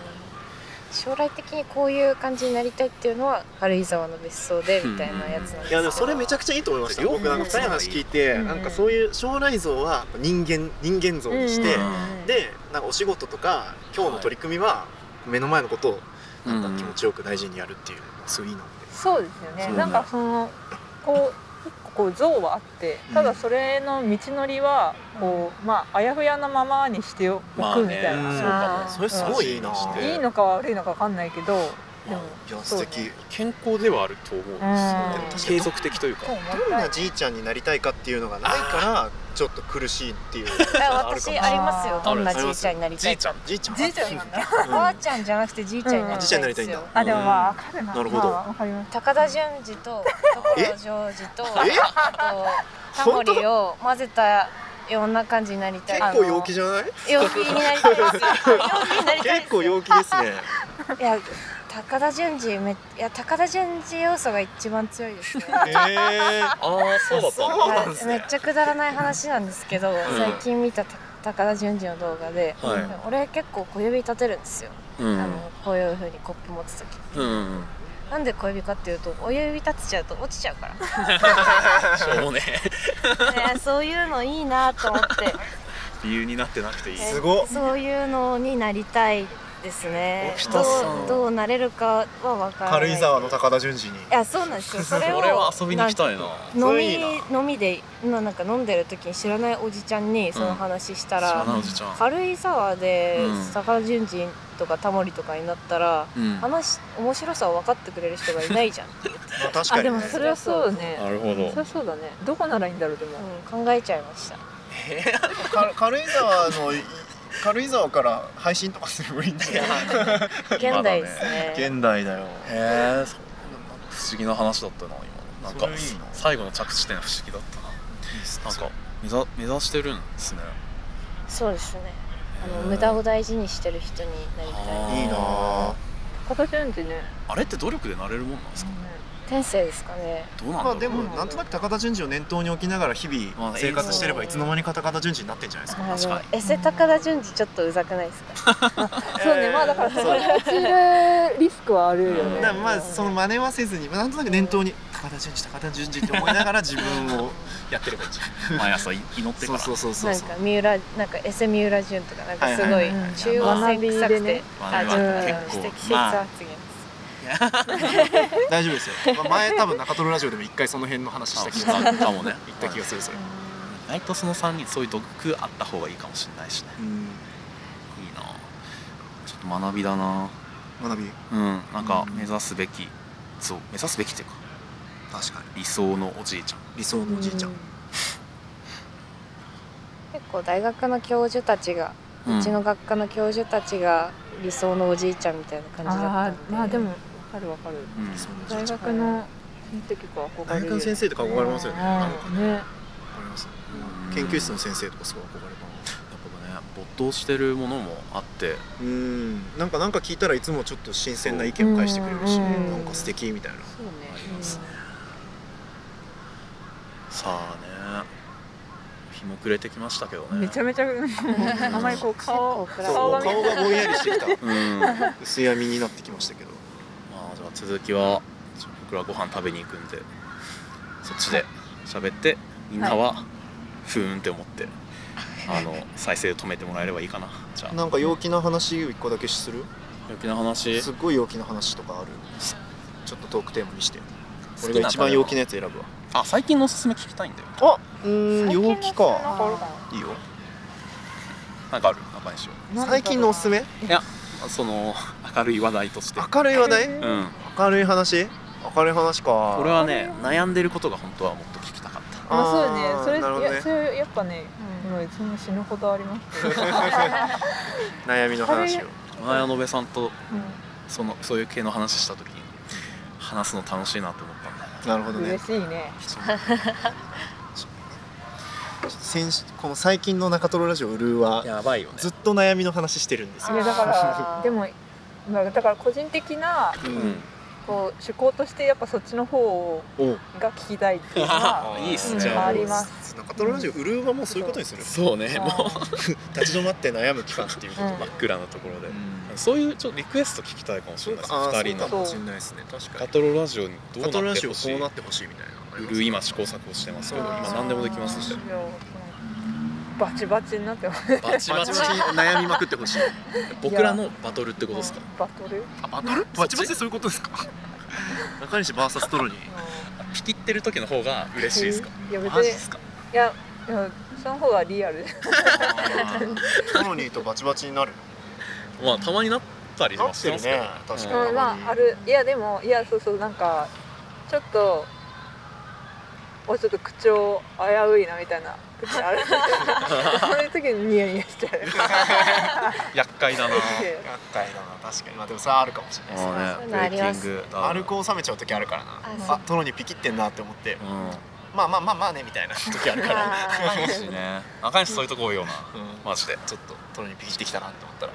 将来的にこういう感じになりたいっていうのは軽井沢の別荘でみたいなやつなんですけど、
いやでもそれめちゃくちゃいいと思いました
うん
僕なんか2人の話聞いて、
うん
なんかそういう将来像は人間人間像にして、
う
でなんかお仕事とか今日の取り組みは目の前のことをなんか気持ちよく大事にやるっていうのがすごいいいなって
そうですよね
そうね
なんかそのこう一個こう像はあってただそれの道のりはこう、まああやふやなままにしておくみ
ま
た
あ
い
ね
な、
うん
そうかも
そ
れすごいいいな
うん
う
いいのか悪いのかわかんないけどでも
いや
そう
素
ね
敵
健康ではあると思うんですよね
うん
継続的というか
そう思った
どんなじいちゃんになりたいかっていうのがないからちょっと苦し いっていうの
いや
があるかもし
私
れ
あ
ない
りますよ
あ
どんなじいちゃんになりた
じ
い
いちゃ
か
ん
じいちゃん
じいちゃんなんだ
う
ばあちゃんじゃなくてじいちゃんにな
うん
り
じいち
た
ゃ
い
んになりたい
で
んだ
すよ
あでもまあわかるな
なるほど
まあわかります
高田純次と所ジョージと
え
あとタモリを混ぜたような感じになりたい
結
あ
構
の
陽気じゃない
陽気になりたいですよ陽気になりたいで
結
す
構
よ
陽気です ね
いや高田純次めいや高田純次要素が一番強いですね
えー
ああそうだった
そうなんですね
めっちゃくだらない話なんですけど、最近見たた高田純次の動画で、
はい
俺結構小指立てるんですよ、
うん
あのこういうふうにコップ持つ時
うんうん
なんで小指かっていうと親指立てちゃうと落ちちゃうから
しょうもね
ねそういうのいいなと思って
理由になってなくていい
すごっ
そういうのになりたいですね
沖
ど
田さん
うどうなれるかは分からない
軽井沢の高田純次に
いやそうなんですよそれを
俺は遊びに来たいな
飲
そ
み
れいい
飲みでななんか飲んでる時に知らないおじちゃんにその話した
知
ら、
らないおじちゃん
軽井沢で
うん
坂田純次とかタモリとかになったら、
うんな
話面白さを分かってくれる人がいないじゃん、う
まあ確か
あ
に
で
ね
もそれはそうね
るほ
そりゃそうだねどこならいいんだろうでも、
ん、考えちゃいました
か軽井沢のい軽井沢から配信とかすればいいんじゃない
現代ですね
現代だよ
へえそうなんか不思議な話だったな今なんか
それいいな
最後の着地点不思議だったななんか目ざ目指してるんですね
そうですねあの無駄を大事にしてる人になりたい
いいなあ
高田純次ね
あれって努力でなれるもんなんですか
天性ですかね
どうなんだろう
まあでもなんとなく高田純次を念頭に置きながら日々生活してればいつの間にか高田純次になってんじゃないですか
あ
確かに
のエセ高田純次ちょっとうざくないですか
そうね、まあだからそこに落ちるリスクはあるよ
う
ね。
ん
だからまあその真似はせずにまあなんとなく念頭に高田純次高田純次って思いながら自分をやってればいいじゃん
毎朝祈ってか
そう
ら
そうそうそう
なんか三浦なんかエセ三浦純とかなんかすご
はいいはいはい
中和性臭
学びで
くて
ね
まあ
あ
ね
ちょっ
結構
うん
と指摘説
まあ
発言です
大丈夫ですよ、まあ、前多分中トロラジオでも一回その辺の話した気がす
あ
る
かもね
言った気がするそれ、
意外とその3人そういう毒あった方がいいかもしれないしね
うん、
いいなちょっと学びだな
学び
うんなんか
うん
目指すべきそう目指すべきっていうか
確かに
理想のおじいちゃん
理想のおじいちゃん、
う結構大学の教授たちが、うちの学科の教授たちが理想のおじいちゃんみたいな感じだった
あ
ん
あ、
で
まあでもわかるわかる。
うん
理想のおじ
大
いちゃん
学の先生結構憧れ
大
るよね。
学の先生とか憧れますよねなんか
うんね。
憧れます、
うん
研究室の先生とかすごい憧れます
やっぱね没頭してるものもあって
うんなんかなんか聞いたらいつもちょっと新鮮な意見を返してくれるし、
うん
なんか素敵みたいな
そうね。
ありますねさあね日も暮れてきましたけどね
めちゃめちゃあまりこう顔
結構
そう
暗
顔が
い
見え
顔がぼんやり してきた
うんま
薄闇になってきましたけど
あじゃあ続きはちょ僕らご飯食べに行くんでそっちで喋ってみんなはふーんって思っ て、あの再生止めてもらえればいいかなじゃあ
なんか陽気な話一個だけする
陽気な話
すっごい陽気な話とかあるちょっとトークテーマにして
好き
俺
な
が一番陽気なやつ選ぶわ
あ最近のおすすめ聞きたいんだよ
うーん陽気か
いいよなんかある中西は
最近のおすすめ
その明るい話題として
明るい話題
う
うん
明るい話明るい話か
俺はね悩んでることが本当はもっと聞きたかった
まあそうね
あー
それ
なるほど
い
ね
やそれやっぱね
うん
もうそんな死ぬほどありますけど、
悩みの話を
前野辺さんと
う
そのそういう系の話した時に話すの楽しいなと思ったんだよ
なるほど
ん、
ね
嬉しいね
先この最近の中トロラジオうるうは
やばいよね
ずっと悩みの話してるんです
い
よ
やだか
あ
ら
ー
でもまあだから個人的な
う
うんん
こう趣向としてやっぱそっちの方
おう
が聞きたいっていうの は
いいっす
うん
ね
あります
中トロラジオうるうはもうそういうことにする
そうねもう
立ち止まって悩む期間っていうこと
うん
真っ暗なところで
で
そういうちょっとリクエスト聞きたいかもしれないです
あー
2人
そう
の
かもしれないですね確か
カ
に
トロラジオにど
中ト
う
ロ
なって
ラジ
ほ
オ
し
こ
いう
なってほしいみたいな
うる今試行錯誤してますけど
そう
今何でもできますんで
バチ バチになってます
バチバ
バ
チ
チバチ悩みまくってほしい
僕らのバトルってことですか
バトル
あバトル
バチバチでそういうことですか中西 VS トロニー
ピキってる時の方が嬉しいですか
いや別
マ
に
ジ
い
っすか
やでもその方がリアル
トロニーとバチバチになる
まあたまになったりはしてますけど
確
う
か
ん
うん、まああるいやでもいやそうそうなんかちょっとおちょっと口調危ういなみたいな 口あるそういう時にニヤニヤしちゃう
厄介だな
厄介だな確かにまあでもさあるかもしれないですね
あーねそういうのあります
グ
丸く収めちゃう時あるからな
あそう
あトロニーピキってんなって思って
うん
まあまあまあまあねみたいな時あるから
あ
マジね赤西そういうとこ多いよな
うんまあ
マジで
ちょっとトロニーピキってきたなって思ったら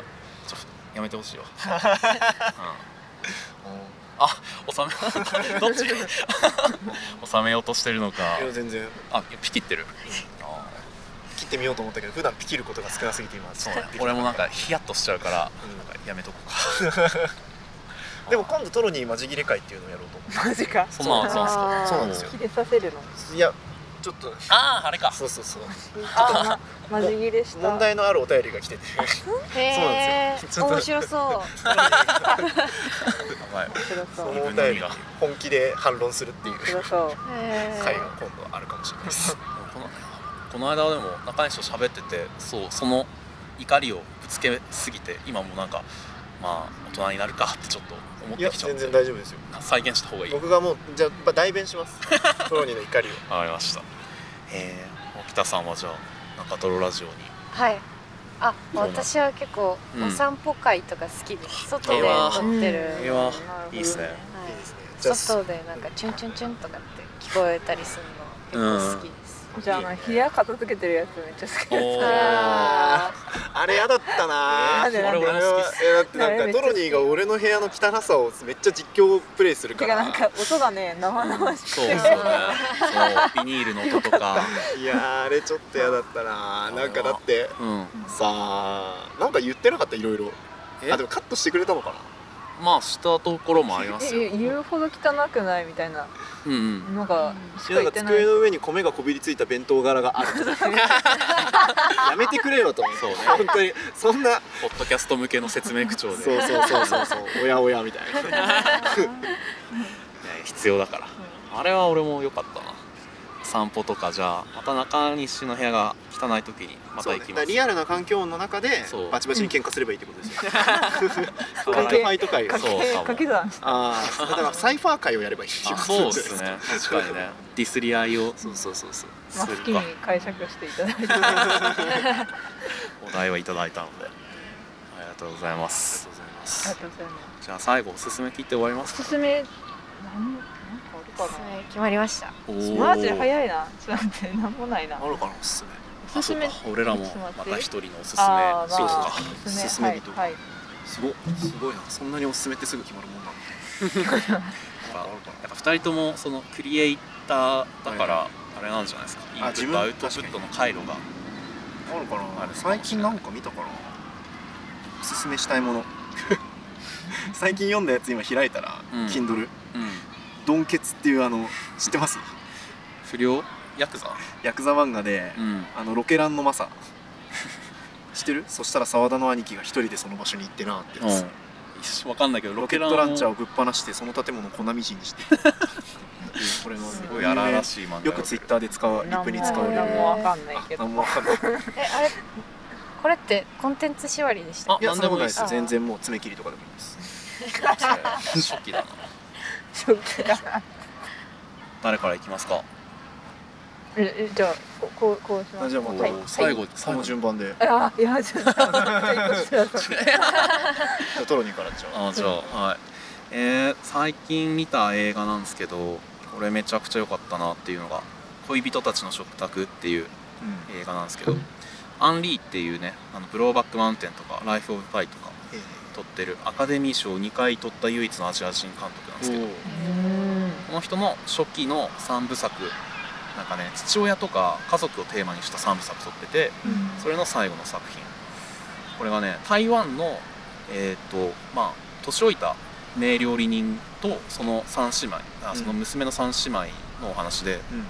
ちょっとやめてほしいよ、う
い
ん、収め どっち収めようとしてるのか
や全然
あピキってるあ
切ってみようと思ったけど普段ピキることが少なすぎて
ー
今
そうね俺もなんかヒヤッとしちゃうから
うん
なんかやめとこうか
でも今度トロニーマジ切れ会っていうのをやろうと思
マジか
そんなのあったんですか
あー
そうなんですよ
切れさせるの
ういやちょっと
あああれか
そうそうそう
あーままじ切れした
問題のあるお便りが来てて
へ
そうなんですよ
え面白そう
やばい
面白
そ
そ
の
う
お便りが本気で反論するっていう
面白そう
へー
会が今度あるかもしれな いです
このこの間でも中西と喋っててそうその怒りをぶつけすぎて今もうなんかまあ大人になるかってちょっと思っ
い
て
や
きちゃっ
全
て
然大丈夫ですよ
再現した方がいいわ
僕がもうじゃあまあ代弁しますトロニーの怒りを
かりましたえー、北さんはじゃあ中トロラジオに
はいあ
そうなん
私は結構
うん
お散歩会とか好きです外
え
で
えわ
撮ってる
うん
ええわ
なるほど
いいっすね
はい
いいですねじゃあ
外でなんかチュンチュンチュンとかって聞こえたりするの結構好きです、
じゃああの部屋片付けてるやつめっちゃ好き
おー
あ
あれ嫌だったな
なんでなんで
俺も好きっす
えだってなんかトロニーが俺の部屋の汚さをめっちゃ実況プレイするか
てからなんか音がね生々しく
そう
て
そうねそうビニールの音とか
いやーあれちょっと嫌だったななんかだって
うん
さあなんか言ってなかったいろいろ
え
あでもカットしてくれたのかな
まあしたところもありますよ
え言うほど汚くないみたいな
うんうん
のがしか
なん
言
か
ってない
机の上に米がこびりついた弁当柄 があるやめてくれよと思
そうね
本当にそんな
ポッドキャスト向けの説明口調
そ
で
うそうそうそうそうおやおやみた いな
ね 必要だから、あれは俺も良かったな散歩とかじゃあまた中西の部屋が汚い時にまた
そうね
行きま
だから
す
リアルな環境音の中で
そう
バチバチに喧嘩すればいいってこと ですよ
そ
フ
う
ァイトファイト会を
そう
え
かも
掛け算
ああだからサイファー会をやればいいってい
あ
こ
そう
と
で
じゃない
すね確かにねディスり合いを
そうそうそうそう
ま
す
あ、好
る
きに
か
解釈していただいて
お題はいただいたのでありがとうございま
ありが
す
とうございま
あり
す
がとうございます
じゃあ最後おすすめ聞いて終わりま
お
す
すすめなんなんかあるか
はい決まりました
お
な
ー
マジで早いなちょっと待ってなんもないな
あるかなおすすめ
おすすめ
あそうか俺らも
ちょっと待って
また一人のおすすめ
あー
そう
まあ
か
おすす
おすすめ
めはい
人
はい
すごすごいなそんなにおすすめってすぐ決まるもんなの
やっぱ二人ともそのクリエイターだから、
は
あれなんじゃないですかイン
あ
プ
自
ッ
分
トアウトプットの回路が
あるかな
ある
最近なんか見たかなおすすめしたい もの最近読んだやつ今開いたら、
うん
Kindle
うん
ドンケツっていうあの知ってます
不良ヤクザ
ヤクザ漫画で、
うん
あのロケランのマサ知ってるそしたら沢田の兄貴が一人でその場所に行ってなってやつ
分かんないけど
ロ
ロ
ケ
ケ
ッ
ラン
ト
を
ランチャーをぶっ放してその建物を粉みじんにして これも
すごい荒々しい漫画
よくツイッターで使うリップに使う
な
何
ん
もわかんない
あ
けど
なんもわかんない
えあれこれってコンテンツ縛りでした
あ
いや
なん
そ
で
れ
も
も
い
ないい
っ
ですす全然もう爪切りとかでもいいです
初期だな
初期が
誰からいきますか
ええじゃあここうこうしま
あ
す
じゃあま
こ
た
う
はい
最後
そ
最後
の順番でじ
あいやちょっ とちょっとちょっと
ゃあトロニーからじゃあ
あじゃあはいえー最近見た映画なんですけどこれめちゃくちゃ良かったなっていうのが「恋人たちの食卓」っていう
うん
映画なんですけど、アン・リーっていうねあのブローバック・マウンテンとか「ライフ・オブ・パイ」とか
え
取ってるアカデミー賞を2回取った唯一のアジア人監督なんですけど
え
うん
この人の初期の3部作なんかね父親とか家族をテーマにした3部作撮っててそれの最後の作品これがね台湾のえっ、とまあ年老いた名料理人とその3姉妹あその娘の3姉妹のお話で、
うん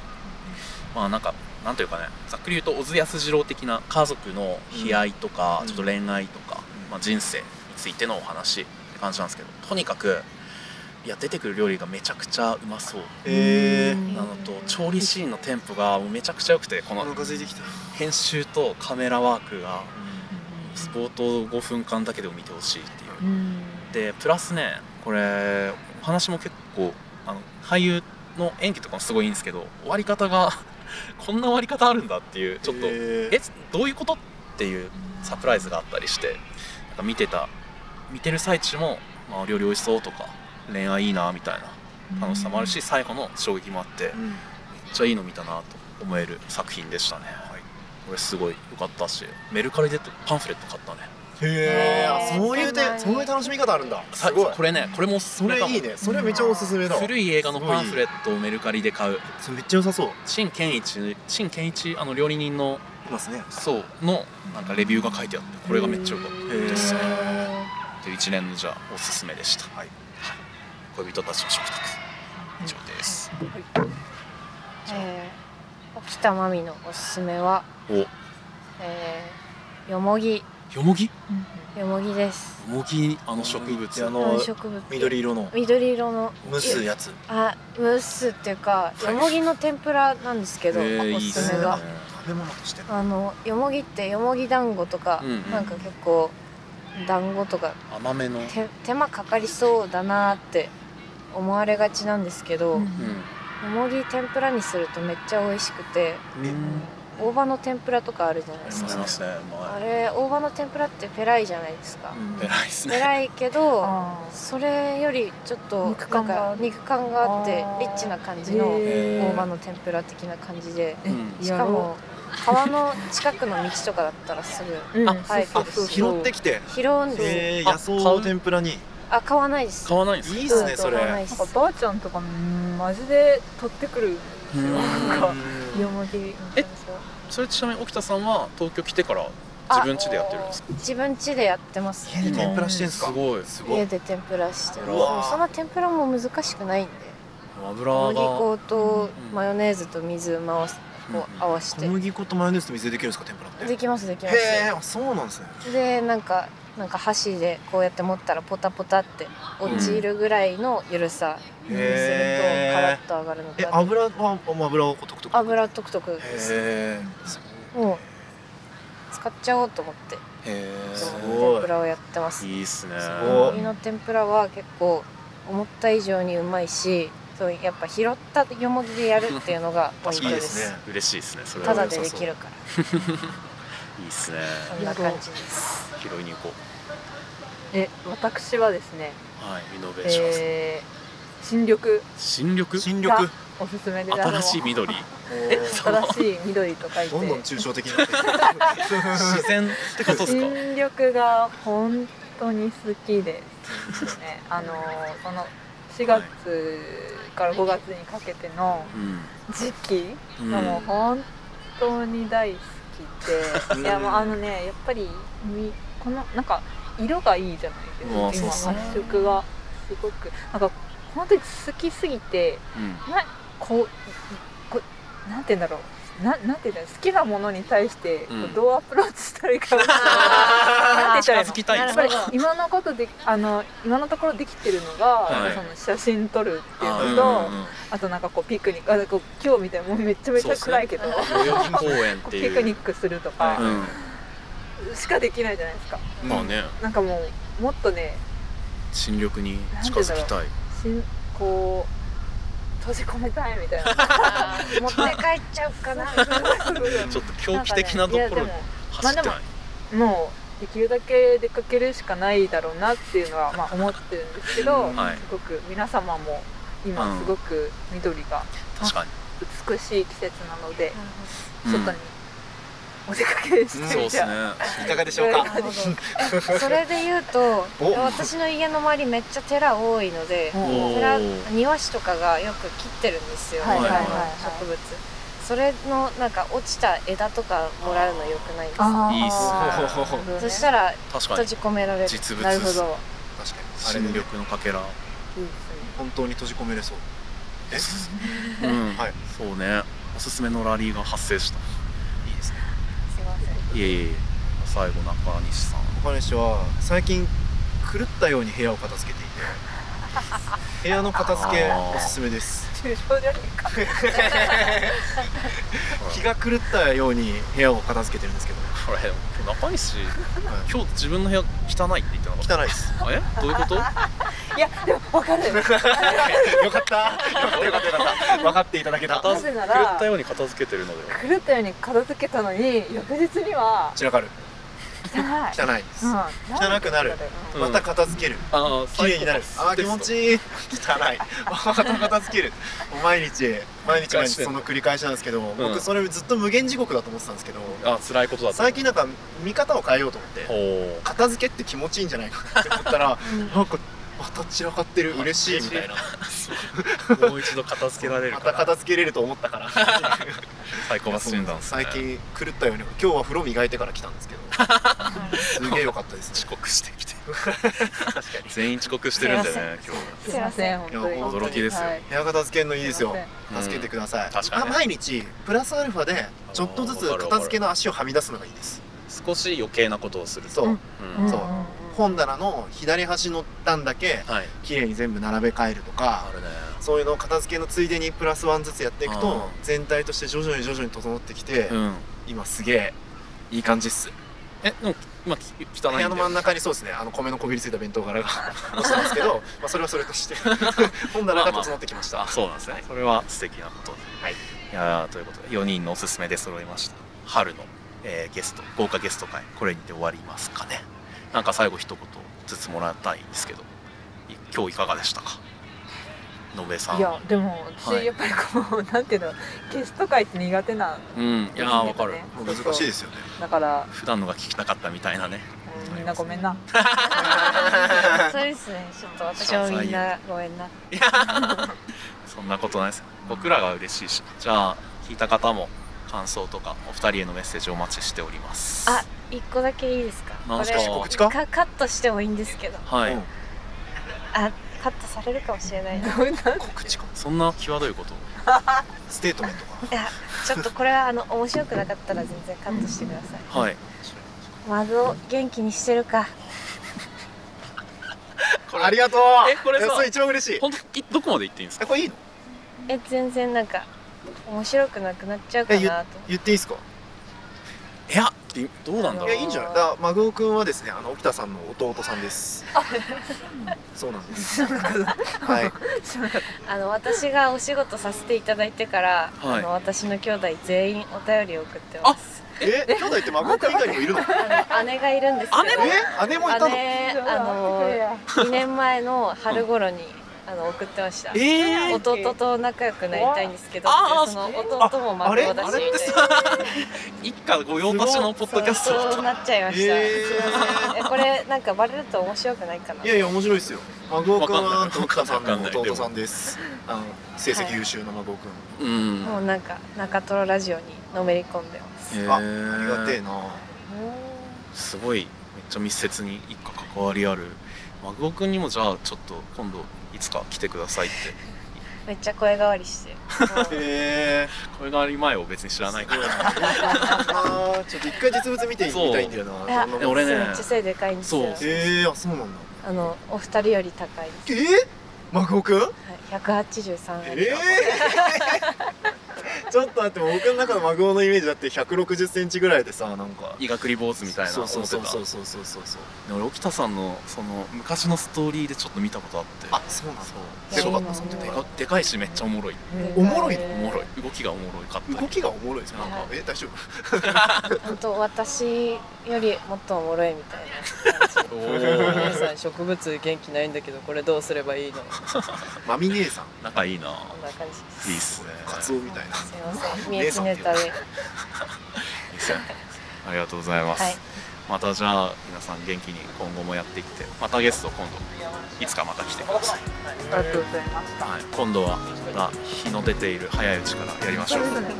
まあなんかなんというかねざっくり言うと小津安二郎的な家族の悲哀とか、
うん
ちょっと恋愛とか、
うん
まあ、人生についてのお話って感じなんですけどとにかくいや出てくる料理がめちゃくちゃうまそう
えー
なのと調理シーンのテンポがもうめちゃくちゃ良くてこ
お
の
腹空いてきた
編集とカメラワークがスポート5分間だけでも見てほしいっていうでプラスねこれお話も結構あの俳優の演技とかもすごいいいんですけど終わり方が こんな終わり方あるんだっていうちょっと、
えー
えどういうことっていうサプライズがあったりしてなんか見てた見てる最中も、まあ、お料理美味しそうとか恋愛いいなみたいな楽しさもあるし最後の衝撃もあって
うん
めっちゃいいの見たなと思える作品でしたね、これすごい良かったしメルカリでパンフレット買ったね
へえ
へ
あ
ー
そういう
そんな
手
に
そういう楽しみ方あるんだ
さ
すごい
これねこれもおすす
そ
め
れ
かも
いいねそれめちゃおすすめだ
古い映画のパンフレットをメルカリで買う
それめっちゃ良さそう
陳健一陳健一あの料理人の
いますね
そうのなんかレビューが書いてあってこれがめっちゃ良かったですねという一連のじゃあおすすめでした、
はい
恋人たちの食卓以上です、
えー、沖田真美のおすすめは、えー、よもぎ
およもぎよ
よもぎです
もぎあの植物
あ
うん
の
植物
緑色の
緑色の
蒸すやつ
あムースっていうかよもぎの天ぷらなんですけど、
えー
お
いいっ
す
す
す
ね
めが
食べ物として
あのよもぎってよもぎ団子とか、
うんうん
なんか結構団子とか
甘めの、うん、
手手間かかりそうだなって思われがちなんですけど、よもぎ天ぷらにするとめっちゃ美味しくて大葉の天ぷらとかあるじゃない
あ
で
り
す
ま
か、
すねうま
あ
い
れ大葉の天ぷらってペライじゃないですか、
うん
偉いです
ペ
ね
ライけど
あ
それよりちょっと
肉感が
なんか肉感があって
あー
リッチな感じの
へ
ー
大葉の天ぷら的な感じで
う
うんん、
しかも川の近くの道とかだったらすぐ
ーうん
あ
はい
あ
そう
拾ってきて
拾うんです
へえ
あ
野草を天ぷらにい
あ買わないです
買わないんですか
いっすね
うん
それ
買わないで
なん
す
かばあちゃんとかうんマジで取ってくるんですよ
うん
なんか
うん
よもぎみたいなそう
それちなみに沖田さんは東京来てから自分家でやってるんですか
自分家でやってます
家で天ぷらしてんすか
すごい
すご
家
い
で天ぷらして
う
る
わ
でもその天ぷらも難しくないんで
油
小
が
麦粉と
うん
マヨネーズと水回
う
す
んうん
こう合わせ
小
て
麦粉とマヨネーズと水でできるんですか天ぷらって
できますできま
へえあそうなんですね
すでなんかなんか箸でこうやって持ったらポタポタって落ちるぐらいのゆるさ
へ
にするとカラ
え
ッと上がるの
え
で
油はあ油をこうトクトク
油トクトクです
へ
もう使っちゃおうと思って
へ
す
ー
ごい
天ぷらをやってます
いいっすね
ごい
海の天ぷらは結構思った以上にうまいしそうやっぱ拾ったよもぎでやるっていうのがポイント
いい
で
ですすね
嬉しいですねそれは
ただでできるから
いいっすね
そんな感じです
拾いに行こう
え私はですね
はいイノベーション、
えー新緑
新緑
新緑
おすすめです
新しい緑
え
新しい緑と書いて
どんどん抽象的になって き
自然ってことですか
新緑が本当に好きですねあのこの4月から5月にかけての
うん
時期
うん
がもう本当に大好きで、
うん
いやもうあのねやっぱりみこのなんか色がいいじゃないです
うわ
か今
そうっ
発色がすごくなんか本当に好きすぎて
うん
こうこうなんて言うんだろうななんて言うんだろう好きなものに対してこ
うん
うどうアプローチしたら いいか分からない、なんて
近
言ったら
づ
いいの
きたい
や
なる
っ
ほ
ぱ
ど
り今のことであの今のところできてるのが、
はい
その写真撮るって
あ
いう
ー
のと、
うんうんうん
あとなんかこうピクニックあこう今日みたいにもうめちゃめちゃ暗いけど、
代々木公園
こ
って
うピ
いう
クニックするとか
うん
しかできないじゃないですか、
まあね
なんかもうもっとね
新緑に近づきたい
しんこう閉じ込めたいみたいな
持って帰っちゃうか な
ちょっと 狂気的なところに
なんかね
走りたい
まあいやでももうできるだけ出かけるしかないだろうなっていうのはまあ思ってるんですけど、
はい
すごく皆様も
う
今
ん
すごく緑が
確かに
美しい季節なので、
うん
外にお出かけしてみ
そう
て、
ですね
いかがでしょうか
なるほどそれで言うと
お
私の家の周りめっちゃ寺多いので
うん
おー
寺庭師とかがよく切ってるんですよ、
はい
はいはい
植物それのなんか落ちた枝とかもらうのよくないですか
あー
いいっす
そしたら
確か
閉
に
じ込められる
実
なる
物
ほど
確かにあ
新
れでね
緑のかけら
いいです
本当に閉じ込めれそう
う
え
ん
はい
そうねおすすめのラリーが発生した
いいですね
すいません
いえいえいえ最後中西さん
他の人は最近狂ったように部屋を片付けていて部屋の片付けおすすめです
ね抽象じゃねえか
気が狂ったように部屋を片付けてるんですけど
これ中西今日自分の部屋汚いって言ってなかった
汚いです
えどういうこと
いやでも分かる
よかったよかったよかった分かっていただけた
片
散
付
なぜな
狂
ら
ったように片付けてるのでは
狂ったように片付けたのに翌日には
らかる
汚い
汚いです、
うん
汚くなる
うん
また片付ける
ああ
綺麗になるあー気持ちいい 汚いまた片付けるもう毎日毎日毎日その繰り返しなんですけど、僕それずっと無限地獄だと思ってたんですけど、
あ辛いことだった
最近なんか見方を変えようと思って
おー
片付けって気持ちいいんじゃないかなって思ったらなんかまた散らかってる嬉しいみたいな
もう一度片付けられる
ま
か
た片
ら
付けれると思ったから
最高が進んだんですね
最近狂ったように今日は風呂磨いてから来たんですけどすげえ良かったで す
遅
ね
刻してきて
確かに
全員遅刻してるんだよね今日
すいません本当に
いや
驚きですよ
はい
部屋片付けるのいいですよ
すいま
うん
助けてください、
確かにね
あ毎日プラスアルファでちょっとずつ片付けの足をはみ出すのがいいです
少し余計なことをすると
そう、
うん
うん
せん
そうん
んん
本棚の左端の段だけ
はい
綺麗に全部並べ替えると
あ
か
るね
そういうのを片付けのついでにプラスワンずつやっていく
うん
と全体として徐々に徐々に整ってきて、
うん
今すげえいい感じっす
えでも今き汚いん
部
だ
屋
よ
の真ん中にそうですねあの米のこびりついた弁当柄が 落ちたんですけ どまあそれはそれとして本棚が整ってきました、
あそうなんですね、それは素敵なことで、
はい
いやーということで4人のおすすめで揃いました春の、えーゲスト豪華ゲスト会これにて終わりますかねなんか最後一言ずつもらいたいんですけどい今日いかがでしたか野べさん
いやでも
は
私
い
やっぱりこう なんていうのゲスト会って苦手な
うんいやーわかる
もう難しいですよね
だから
普段のが聞きたかったみたいなね
うんみんなごめんな
そうですねちょっと私もみんなごめんな
そんなことないですよ僕らが嬉しいしじゃあ聞いた方も感想とかお二人へのメッセージをお待ちしております
あ一個だけいいですか
なんすか
告知か
カカットしてもいいんですけど
はい、
うん
あカットされるかもしれないな
告知か
そんな際どい こと
ステートメントか
いやちょっとこれはあの面白くなかったら全然カットしてください
はい
窓を元気にしてるか
これ
ありがとう
えこれさ
いやそれ一番嬉しい
本当いどこまで行っていいんですか
えこれいいの
え全然なんか面白くなくなっちゃうか
え
なと
言っていいですか
いやいどうなんだ
いや
ろ
いいんじゃないだからマグオ君はですねあの沖田さんの弟さん ですそうなんですはい
あの私がお仕事させていただいてから、
はい
あの私の兄弟全員お便りを送ってます
え兄弟ってマグオ君以外にもいるの
あの姉がいるんですけど
え姉もいたの
姉あの2年前の春頃にあの送ってました
えー
弟と仲良くなりたいんですけど
あー
その弟も
あ
孫だ
れ
し
あ
みたいな
れってさ
一家御用達のポッドキャス
そう
ト
なっちゃいました、
えー
すいませんえこれなんかバレると面白くないかない
やいや面白いですよ孫くんは徳田さん
わかん
の
ないでも
弟さんですあの成績優秀な孫くん、
うん
もうなんか中トロラジオにのめり込んでます、
へ
あ
ー
ありがてえな
すごいめっちゃ密接に一家関わりあるマグオ君にもじゃあちょっと今度いつか来てくださ いって
めっちゃ声変わりしてもう
へえ
声変わり前を別に知らないから
あーちょっと一回実物見てみたいんだよ
いや
な
え俺ね
めっちゃ背でかいんですよ
そう
えー、あそうなんだ
あのお二人より高いです
えー、孫くん
はい183あり
えー、ちょっと待って僕の中の孫のイメージだって1 6 0ンチぐらいでさなんか
医学リ坊主みたいな思
そ
っ
う
て
そう
た
そうそうそうそうそうそう
で俺沖田さんのその昔のストーリーでちょっと見たことあって
あそうなんだ
そう
小学校その時
で
か
かでかいしめっちゃおもろい
おもろい
おもろい動きがおもろいかった
動
り
きがおもろいですなんか
はい
え大丈夫
本当私よりもっとおもろいみたいな感じ
お
皆
ー
さん植物元気ないんだけどこれどうすればいいの
マミ姉さん
仲いい な
こんな感じ
いい
で
っ
す
すね
カツオみたいな
すいません三重きネタで
いいっすねありがとうございます、
はい
またじゃあ皆さん元気に今後もやっていってまたゲスト今度いつかまた来てください、
ありがとうございます。
はい、今度はまた日の出ている早いうちからやりましょう本
はい、はい、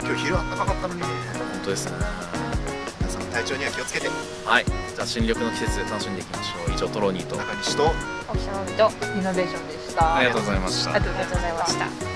今日昼あったかかったのにね
当ですね
皆さん体調には気をつけて
はいじゃあ新緑の季節で楽しんでいきましょう以上トロニーと
中西と
おしゃべりと
イノベーションでした。
ありがとうございました
ありがとう
ありがとうございました